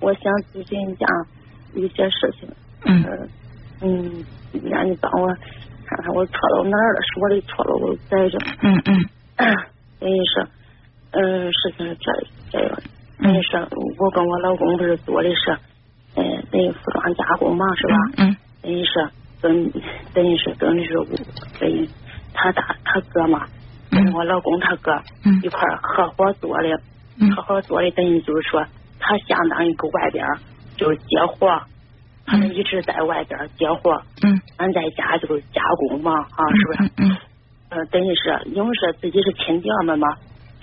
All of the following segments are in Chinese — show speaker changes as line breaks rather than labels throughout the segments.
我想咨询一下一些事情。
嗯
呃嗯，让你帮我看看我错到哪儿了，是我的错了，我在 这。
嗯嗯
等于是，嗯、事情是这这样的。等于
嗯
是我跟我老公不是做的是，呃，等于服装加工嘛，是吧？
嗯
等于是跟等于是等于是我等于他大他哥嘛，
嗯
跟我老公他哥
嗯
一块儿合伙做的，
嗯
合伙做的等于就是说，他相当于搁外边儿就是接活儿，他们
嗯
一直在外边儿接活儿，
嗯
俺在家就是加工嘛，啊，
嗯
是不是？
嗯
呃，等于是因为是自己是亲爹们嘛，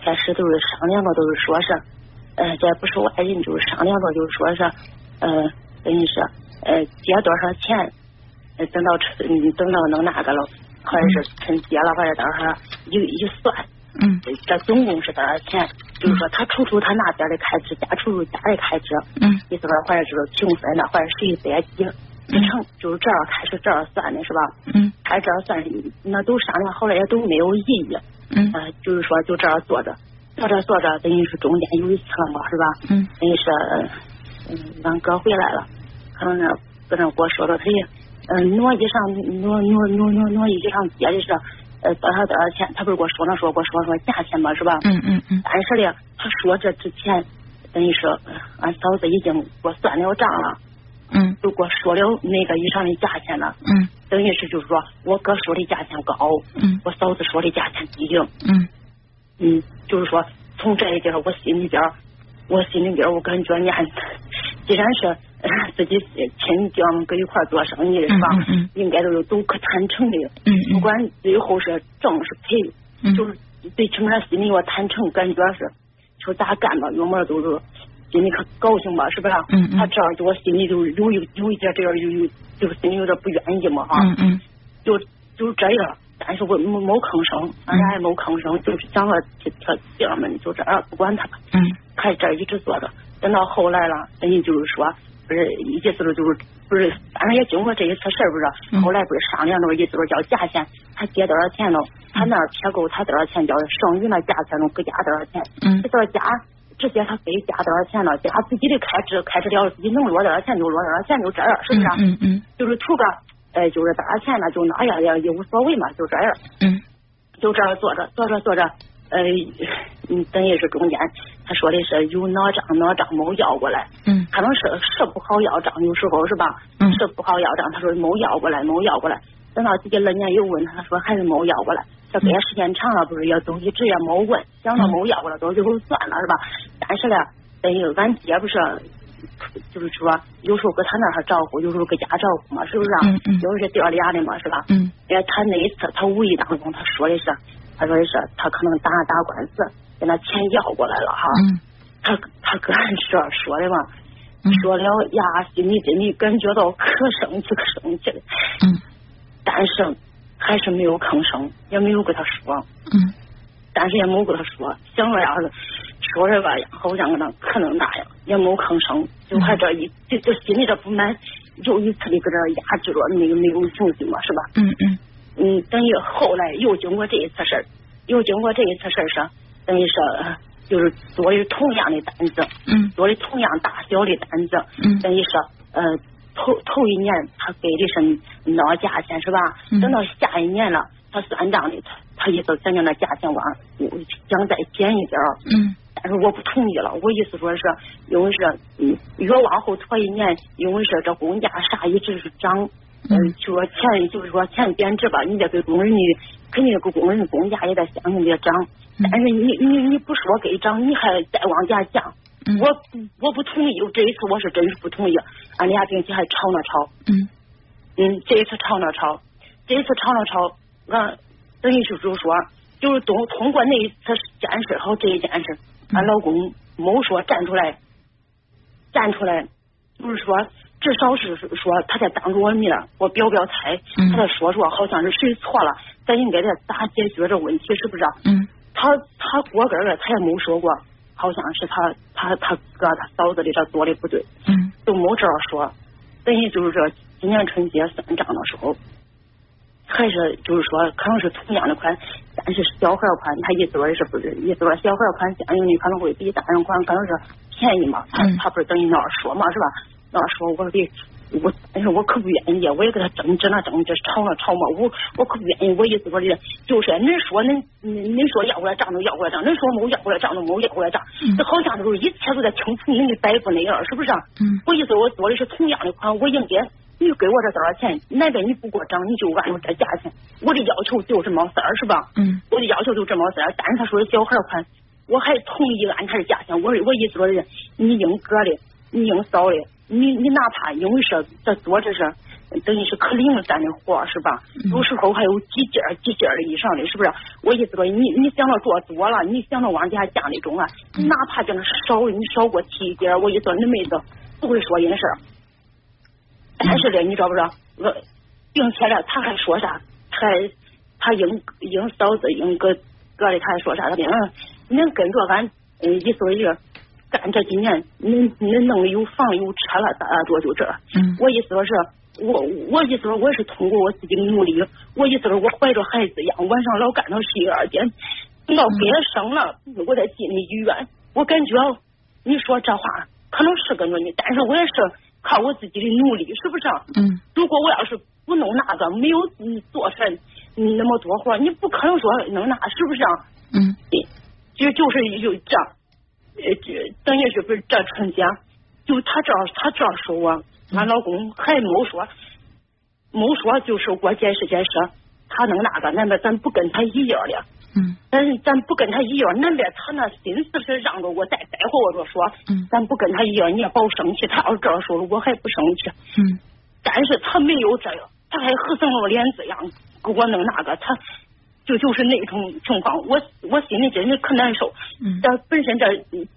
开始都是商量着都是说是，呃，这不是外人，就是商量着就是说是，呃，等于是呃借多少钱，呃等到春嗯等到能那个了，或者是春节了，或者到时候一一算，
嗯
这总共是多少钱？就是说他除出他那边的开支，加除出家的开支，
嗯
意思说或者就是平分的，或者谁别几一成，就是这样开始这样算的是吧？
嗯
开这样算，那都商量好了，也都没有异议。
嗯
呃，就是说就这样坐着，坐着坐着，等于是中间有一次嘛，是吧？
嗯
等于是，嗯，俺哥回来了，可能呢，搁那跟我说了，他也，嗯，挪衣裳，挪挪挪挪挪衣裳，接的是，呃，多少多少钱？他不是跟我说那说，跟我说说价钱嘛，是吧？
嗯嗯嗯
但是呢，他说这之前，等于说，呃俺嫂子已经给我算了账了，
嗯
就给我说了那个衣裳的价钱了，
嗯
等于是就是说我哥说的价钱高，
嗯
我嫂子说的价钱低。
嗯
嗯，就是说从这一点儿我心里边儿，我心里边儿我感觉你还，既然是 呃自己亲家们搁一块儿做生意的是吧，
嗯嗯
应该都是都可坦诚的，
嗯
不管最后是挣是赔，
嗯
就是最起码心里我坦诚，感觉是就咋干吧，有么都是心里可高兴吧，是不是？
嗯嗯
他这样对我心里就有有有一点这样有有就是心里有点不愿意嘛哈。
嗯嗯
就就这样，但是哎我没没吭声，俺
嗯
俩也没吭声，就是想着这这姐们就这样不管他，
嗯
还这一直坐着。等到后来了，人家就是说，不是意思就是就是不是，反正也经过这一次事儿，不
嗯
是后来不是商量着意思就是叫价钱，他借多少钱了，他那儿撇够他多少钱，叫剩余那价钱了，搁加多少钱，
嗯
这到加。直接他非加多少钱了，加自己的开支，开支了自己能落多少钱就落多少钱，就这样，是不是啊？
嗯嗯
就是图个，呃，就是多少钱呢？就那样也也无所谓嘛，就这样，
嗯
就这样坐着坐着坐着，呃，嗯，等于是中间他说的是有哪张哪张没要过来，
嗯
可能是是不好要账，有时候是吧？
嗯
是不好要账，他说没要过来，没要过来。等到自己二年又问他，他说还是没要过来。这个也时间长了，不是也都一直也没问，想着没要过来，都最后算了是吧？但是呢，等于俺姐不是，就是说有时候搁他那儿还照顾，有时候搁家照顾嘛，是不是、啊？
嗯嗯
有时候是掉俩的嘛，是吧？
嗯
哎，他那一次他无意当中他说的是，他说的是他可能打打官司，给那钱要过来了哈。
嗯
他他跟俺这样说的嘛，
嗯
说了呀，心里真的感觉到可生气可生气了，
嗯
但是还是没有吭声，也没有跟他说，
嗯
但是也没有跟他说，想着呀，说着吧，好像跟他可能那样，也没有吭声，就还这一就就心里这不满，又一次的搁这压制着，没有没有情绪嘛，是吧？
嗯嗯
嗯，等于后来又经过这一次事儿，又经过这一次事儿上，等于是呃就是做的同样的单子，
嗯
做的同样大小的单子，
嗯
等于是呃头头一年他给的是那价钱是吧？
嗯
等到下一年了，他算账的，他他意思想叫那价钱我我想再减一点儿，
嗯
但是我不同意了。我意思说是因为是嗯越往后拖一年，因为是这工价啥一直是涨，嗯
嗯，
就说钱就是说钱贬值吧，你得给工人你肯定给工人工价也得相应的涨，
嗯
但是你你你不说给涨，你还再往下降。
嗯
我我不同意，这一次我是真是不同意，俺俩并且还吵了吵，
嗯
嗯，这一次吵了吵，这一次吵了吵，俺等于是就是说，就是通通过那一次件事和这一件事，
嗯
俺老公没说站出来，站出来，就是说至少是说他在当着我面儿我表表态，
嗯
他在说说好像是谁错了，咱应该在咋解决这问题，是不是啊？
嗯
他他过个儿他也没说过，好像是他他他哥他嫂子的这做的不对，
嗯
都没这样说。等于就是说，今年春节算账的时候，还是就是说，可能是同样的款，但是小孩款，他一说是不是一说小孩款相应的可能会比大人款可能是便宜嘛，他
嗯
他不是等于那样说嘛是吧？那样说我得我，但是我可不愿意，我也跟他争执那争执，吵那啊吵嘛，我我可不愿意，我意思我的就是恁说恁恁恁说要过来账就要过来账，恁说没要过来账就没要过来账，
嗯
这好像都是一切都在听从您的摆布那样，是不是啊？
嗯
我意思我做的是同样的款，我应该你给我这多少钱，难道你不给我涨，你就按照这价钱？我的要求就这么事儿是吧？
嗯
我的要求就这么事儿，但是他说是小孩儿款，我还同意按他的价钱。我我意思说是，你应哥的，你应嫂的，你你哪怕因为说这做这是等于是可零散的活儿是吧？
嗯
有时候还有几件儿几件儿的以上的，是不是？我意思说你你想到做多了，你想到往人家家里中啊，
嗯
哪怕就是少的你少给我提一点儿，我一说你妹子不会说人事儿。但 是嘞，你知道不知道？我，并且呢，他还说啥？他还他应应嫂子应哥哥的，他还说啥？他说嗯，恁跟着俺嗯一岁一人干这几年，恁恁弄的有房有车了，咋咋着就这。
嗯
我意思说是，我我意思说我是通过我自己的努力，我意思说我怀着孩子养，晚上老干到十一二点，闹憋生了，我在进的医院，我感觉你说这话可能是跟着你，但是我也是靠我自己的努力，是不是啊？
嗯
如果我要是不弄那个，没有嗯做出来那么多活儿，你不可能说弄那，是不是啊？
嗯
就就是有这，呃，这等于是不是这春节，就他这样他这样说我，俺老公还没说，没说就是我解释解释，他弄那个，那边咱不跟他一样了，
嗯
咱咱不跟他一样，那边他那心思是让着我再再和我着说，
嗯
咱不跟他一样，你也别生气，他要这样说了，我还不生气，
嗯
但是他没有这样，他还合成了脸子样给我弄那个，他就就是那种情况，我我心里真是可难受。
嗯
这本身这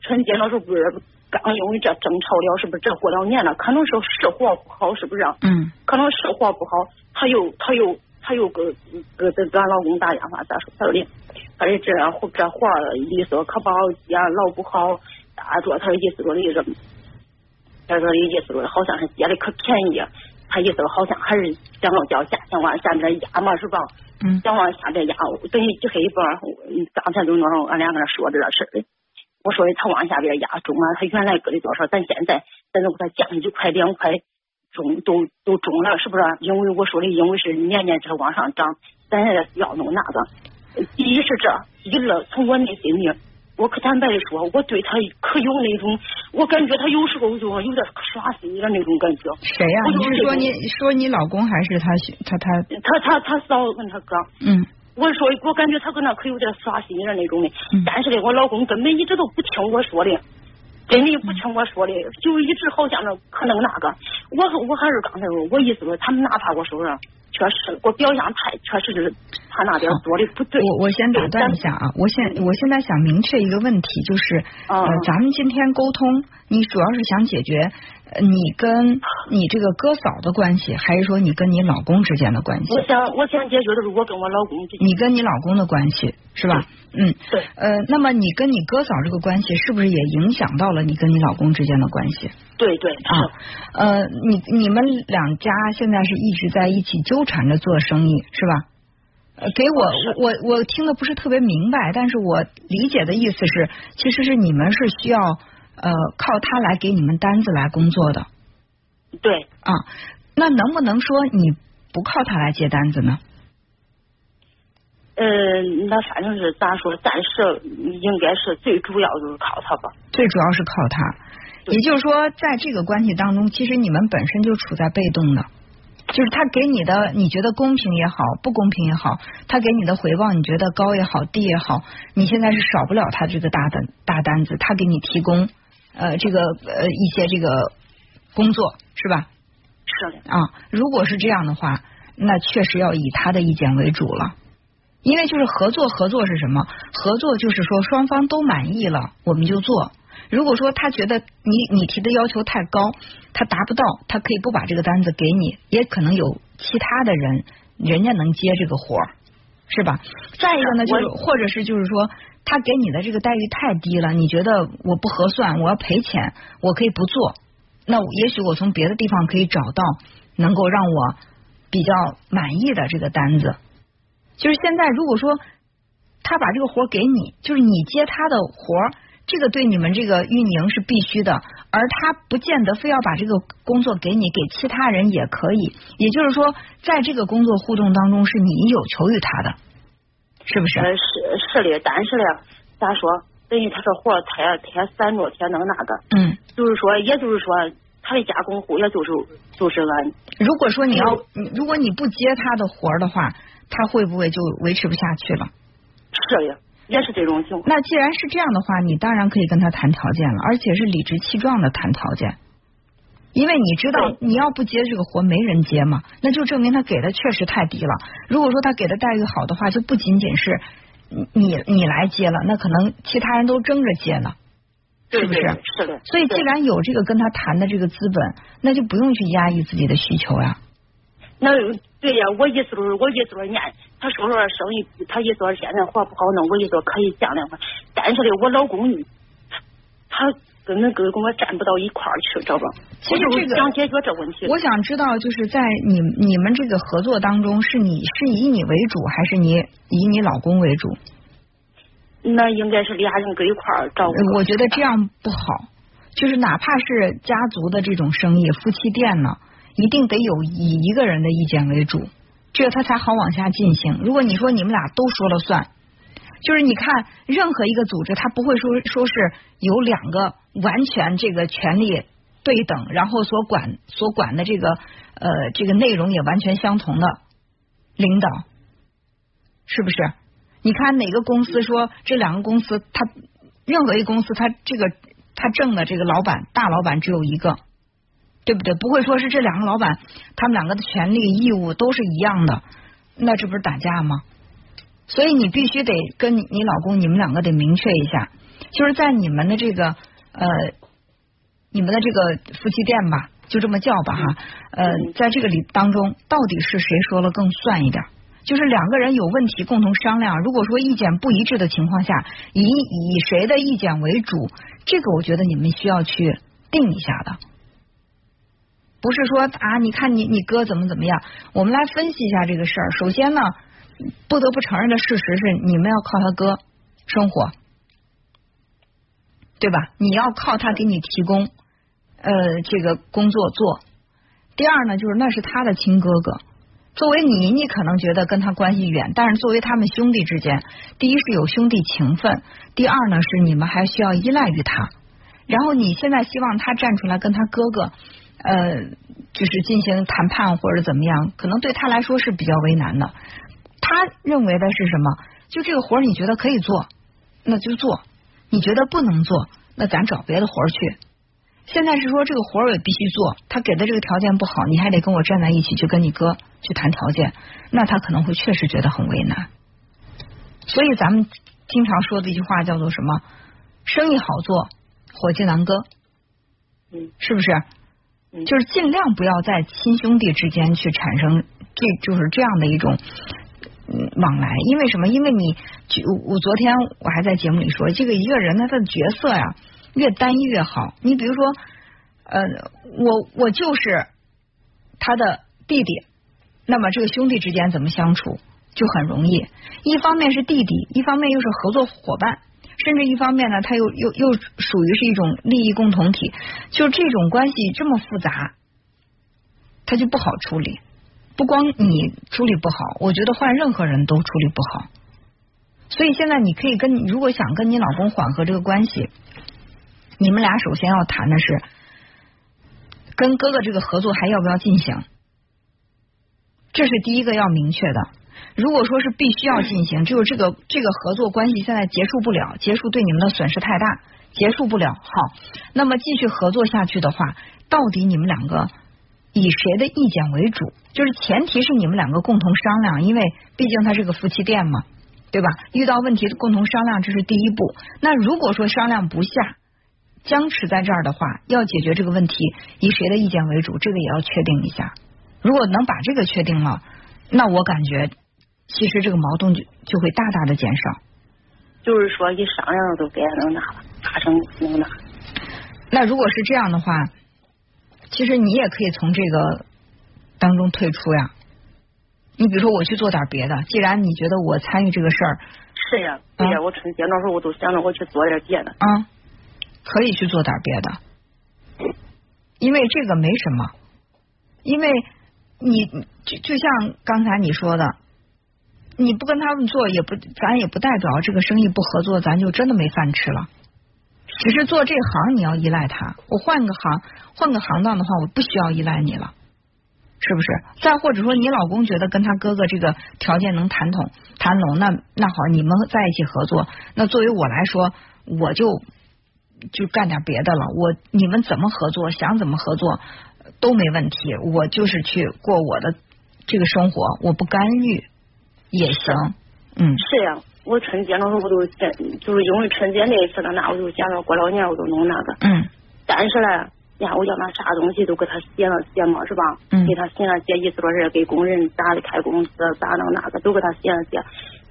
春节那时候不是刚因为这争吵了，是不是？这过两年了，可能是是活不好，是不是啊？
嗯
可能是活不好，他又他又他又给给给俺老公打电话，咋说？他说的，他说这活这活儿利索可不好接，老不好咋着？他说意思说的是，他说的意思说的好像是接的可便宜，他意思说好像还是想要叫价钱往下面压嘛，是吧？
嗯
想往下边压，等于这黑一波，嗯刚才就那种俺俩搁那说这个事儿。我说的他往下边压中啊，他原来搁的多少，咱现在咱都给他降一块两块中都都中了，是不是？因为我说的，因为是年年这往上涨，咱也要弄那个。呃第一是这，一个从我内心里，我可坦白的说，我对他可有那种，我感觉他有时候就有点耍心的那种感觉。
谁呀、
我
你
就是是
说
这
你说你老公还是他他他
他他他嫂子跟他哥，
嗯
我说我感觉他搁那可有点耍心眼儿那种的
嗯，
但是呢，我老公根本一直都不听我说的，真的不听我说的，就一直好像那可能那个，我我还是刚才说，我意思说他们哪怕我说了，确实我表现太确实是他那边做的不对，
我我先打断一下啊，我现我现在想明确一个问题，就是
嗯
呃，咱们今天沟通，你主要是想解决呃你跟你这个哥嫂的关系，还是说你跟你老公之间的关系
我？想我想解决的是我跟我老公之间，
你跟你老公的关系是吧？嗯，
对，
呃，那么你跟你哥嫂这个关系是不是也影响到了你跟你老公之间的关系？
对对
啊
是，
呃，你你们两家现在是一直在一起纠缠着做生意，是吧？呃，给我我我我听的不是特别明白，但是我理解的意思是，其实是你们是需要呃靠他来给你们单子来工作的
对，
啊。那能不能说你不靠他来接单子呢？
呃，那反正是咋说，暂时应该是最主要就是靠他吧，
最主要是靠他。
对
也就是说，在这个关系当中，其实你们本身就处在被动的，就是他给你的，你觉得公平也好，不公平也好，他给你的回报，你觉得高也好，低也好，你现在是少不了他这个大单大单子，他给你提供呃这个呃一些这个工作是吧？
是的，
啊，如果是这样的话，那确实要以他的意见为主了。因为就是合作，合作是什么？合作就是说双方都满意了，我们就做。如果说他觉得你你提的要求太高，他达不到，他可以不把这个单子给你，也可能有其他的人，人家能接这个活儿，是吧？再一个呢，就是
我
或者是就是说，他给你的这个待遇太低了，你觉得我不合算，我要赔钱，我可以不做。那我也许我从别的地方可以找到能够让我比较满意的这个单子。就是现在，如果说他把这个活给你，就是你接他的活，这个对你们这个运营是必须的，而他不见得非要把这个工作给你，给其他人也可以。也就是说，在这个工作互动当中，是你有求于他的，是不是？
呃，是是的，但是嘞，咋说？等于他这活儿太太散落，太能那个，
嗯，
就是说，也就是说，他的加工户，也就是就是俺
如果说你要，你如果你不接他的活儿的话，他会不会就维持不下去了？
是的，也是这种情况。
那既然是这样的话，你当然可以跟他谈条件了，而且是理直气壮的谈条件，因为你知道
对
你要不接这个活没人接嘛，那就证明他给的确实太低了。如果说他给的待遇好的话，就不仅仅是你你你来接了，那可能其他人都争着接呢，
对
是不是？
对是的，
所以既
对
然有这个跟他谈的这个资本，那就不用去压抑自己的需求呀、
那对呀，我意思就是，我意思说，伢他说说生意，他意思说现在活不好弄，我意思说可以讲两话。但是嘞，我老公呢，他他根本跟跟我站不到一块儿去，知道吧？
其实
我就
这个
想解决这问题。
我想知道，就是在你你们这个合作当中，是你是以你为主，还是你以你老公为主？
那应该是俩人搁一块儿照顾。
嗯呃我觉得这样不好，就是哪怕是家族的这种生意，夫妻店呢，一定得有以一个人的意见为主，这个他才好往下进行。如果你说你们俩都说了算，就是你看任何一个组织，他不会说说是有两个完全这个权利对等，然后所管所管的这个呃这个内容也完全相同的领导，是不是？你看哪个公司说这两个公司，他任何一个公司，他这个他挣的这个老板大老板只有一个，对不对？不会说是这两个老板，他们两个的权利义务都是一样的，那这不是打架吗？所以你必须得跟你你老公，你们两个得明确一下，就是在你们的这个呃，你们的这个夫妻店吧，就这么叫吧哈，呃
嗯，
在这个里当中，到底是谁说了更算一点儿？就是两个人有问题共同商量，如果说意见不一致的情况下，以以谁的意见为主，这个我觉得你们需要去定一下的。不是说啊，你看你你哥怎么怎么样，我们来分析一下这个事儿。首先呢，不得不承认的事实是，你们要靠他哥生活，对吧？你要靠他给你提供呃这个工作做。第二呢，就是那是他的亲哥哥。作为你，你可能觉得跟他关系远，但是作为他们兄弟之间，第一是有兄弟情分，第二呢是你们还需要依赖于他。然后你现在希望他站出来跟他哥哥，呃，就是进行谈判或者怎么样，可能对他来说是比较为难的。他认为的是什么？就这个活儿你觉得可以做，那就做；你觉得不能做，那咱找别的活儿去。现在是说这个活儿我也必须做，他给的这个条件不好，你还得跟我站在一起去跟你哥去谈条件，那他可能会确实觉得很为难。所以咱们经常说的一句话叫做什么？生意好做，伙计难割，
嗯，
是不是？
嗯
就是尽量不要在亲兄弟之间去产生这就是这样的一种嗯往来，因为什么？因为你就我昨天我还在节目里说，这个一个人他的角色呀、越单一越好。你比如说，呃，我我就是他的弟弟，那么这个兄弟之间怎么相处就很容易。一方面是弟弟，一方面又是合作伙伴，甚至一方面呢，他又又又属于是一种利益共同体。就这种关系这么复杂，他就不好处理。不光你处理不好，我觉得换任何人都处理不好。所以现在你可以跟，如果想跟你老公缓和这个关系，你们俩首先要谈的是，跟哥哥这个合作还要不要进行，这是第一个要明确的。如果说是必须要进行，只有这个这个合作关系现在结束不了，结束对你们的损失太大，结束不了。好，那么继续合作下去的话，到底你们两个以谁的意见为主？就是前提是你们两个共同商量，因为毕竟它是个夫妻店嘛，对吧？遇到问题共同商量，这是第一步。那如果说商量不下，僵持在这儿的话，要解决这个问题，以谁的意见为主，这个也要确定一下。如果能把这个确定了，那我感觉其实这个矛盾就就会大大的减少。
就是说一商量都该能那了，发生能那。
那如果是这样的话，其实你也可以从这个当中退出呀，你比如说我去做点别的，既然你觉得我参与这个事儿
是呀，对呀，我春节那时候我都想着我去做点别的。
啊，可以去做点别的，因为这个没什么，因为你就就像刚才你说的，你不跟他们做也不，咱也不代表这个生意不合作，咱就真的没饭吃了。只是做这行你要依赖他，我换个行换个行当的话，我不需要依赖你了，是不是？再或者说你老公觉得跟他哥哥这个条件能谈拢谈拢，那那好，你们在一起合作，那作为我来说，我就就干点别的了。我你们怎么合作，想怎么合作呃都没问题，我就是去过我的这个生活，我不干预也行。嗯，
是呀，我春节那时候我都真就是因为春节那一次的那，我就想着过老年我都弄那个。
嗯
但是嘞，呀，我叫那啥东西都给他写了写嘛，是吧？
嗯
给他写了写，意思说是给工人咋的开工资，咋弄那个，都给他写了写。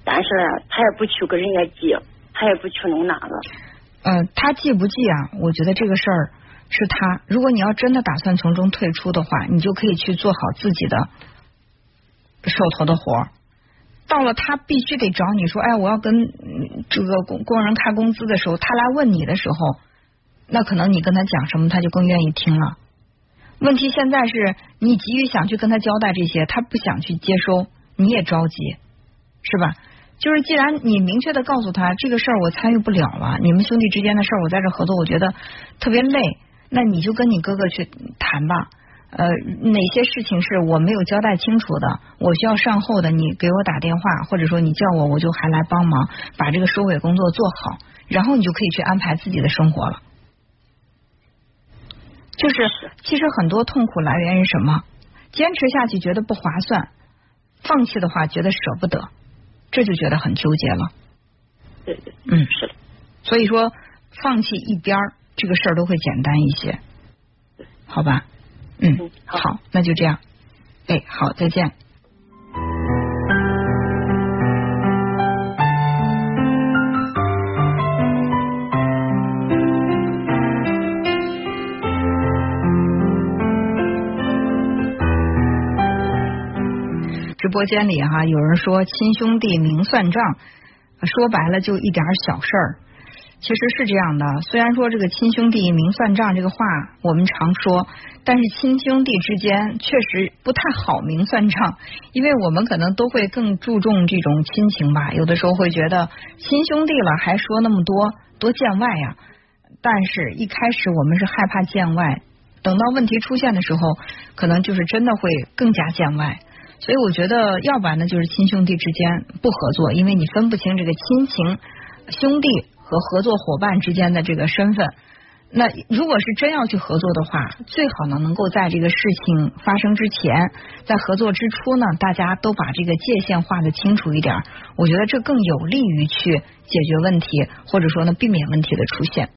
但是嘞，他也不去跟人家记，他也不去弄那个。
呃，他记不记啊？我觉得这个事儿是他。如果你要真的打算从中退出的话，你就可以去做好自己的手头的活儿。到了他必须得找你说，哎，我要跟嗯这个工工人开工资的时候，他来问你的时候，那可能你跟他讲什么，他就更愿意听了。问题现在是你急于想去跟他交代这些，他不想去接收，你也着急，是吧？就是既然你明确的告诉他这个事儿我参与不了了，你们兄弟之间的事儿我在这合作，我觉得特别累，那你就跟你哥哥去谈吧。呃，哪些事情是我没有交代清楚的，我需要善后的，你给我打电话，或者说你叫我，我就还来帮忙，把这个收尾工作做好，然后你就可以去安排自己的生活了。就是，其实很多痛苦来源于什么？坚持下去觉得不划算，放弃的话觉得舍不得，这就觉得很纠结了。
对对，
嗯，
是的，
所以说放弃一边儿，这个事儿都会简单一些，好吧？嗯
嗯，好
好，那就这样。哎，好，再见。直播间里哈、有人说亲兄弟明算账，说白了就一点儿小事儿。其实是这样的，虽然说这个亲兄弟明算账这个话我们常说，但是亲兄弟之间确实不太好明算账，因为我们可能都会更注重这种亲情吧，有的时候会觉得亲兄弟了还说那么多，多见外呀、但是一开始我们是害怕见外，等到问题出现的时候，可能就是真的会更加见外。所以我觉得，要不然呢，就是亲兄弟之间不合作，因为你分不清这个亲情、兄弟和合作伙伴之间的这个身份。那如果是真要去合作的话，最好呢能够在这个事情发生之前，在合作之初呢，大家都把这个界限画的清楚一点儿。我觉得这更有利于去解决问题，或者说呢避免问题的出现。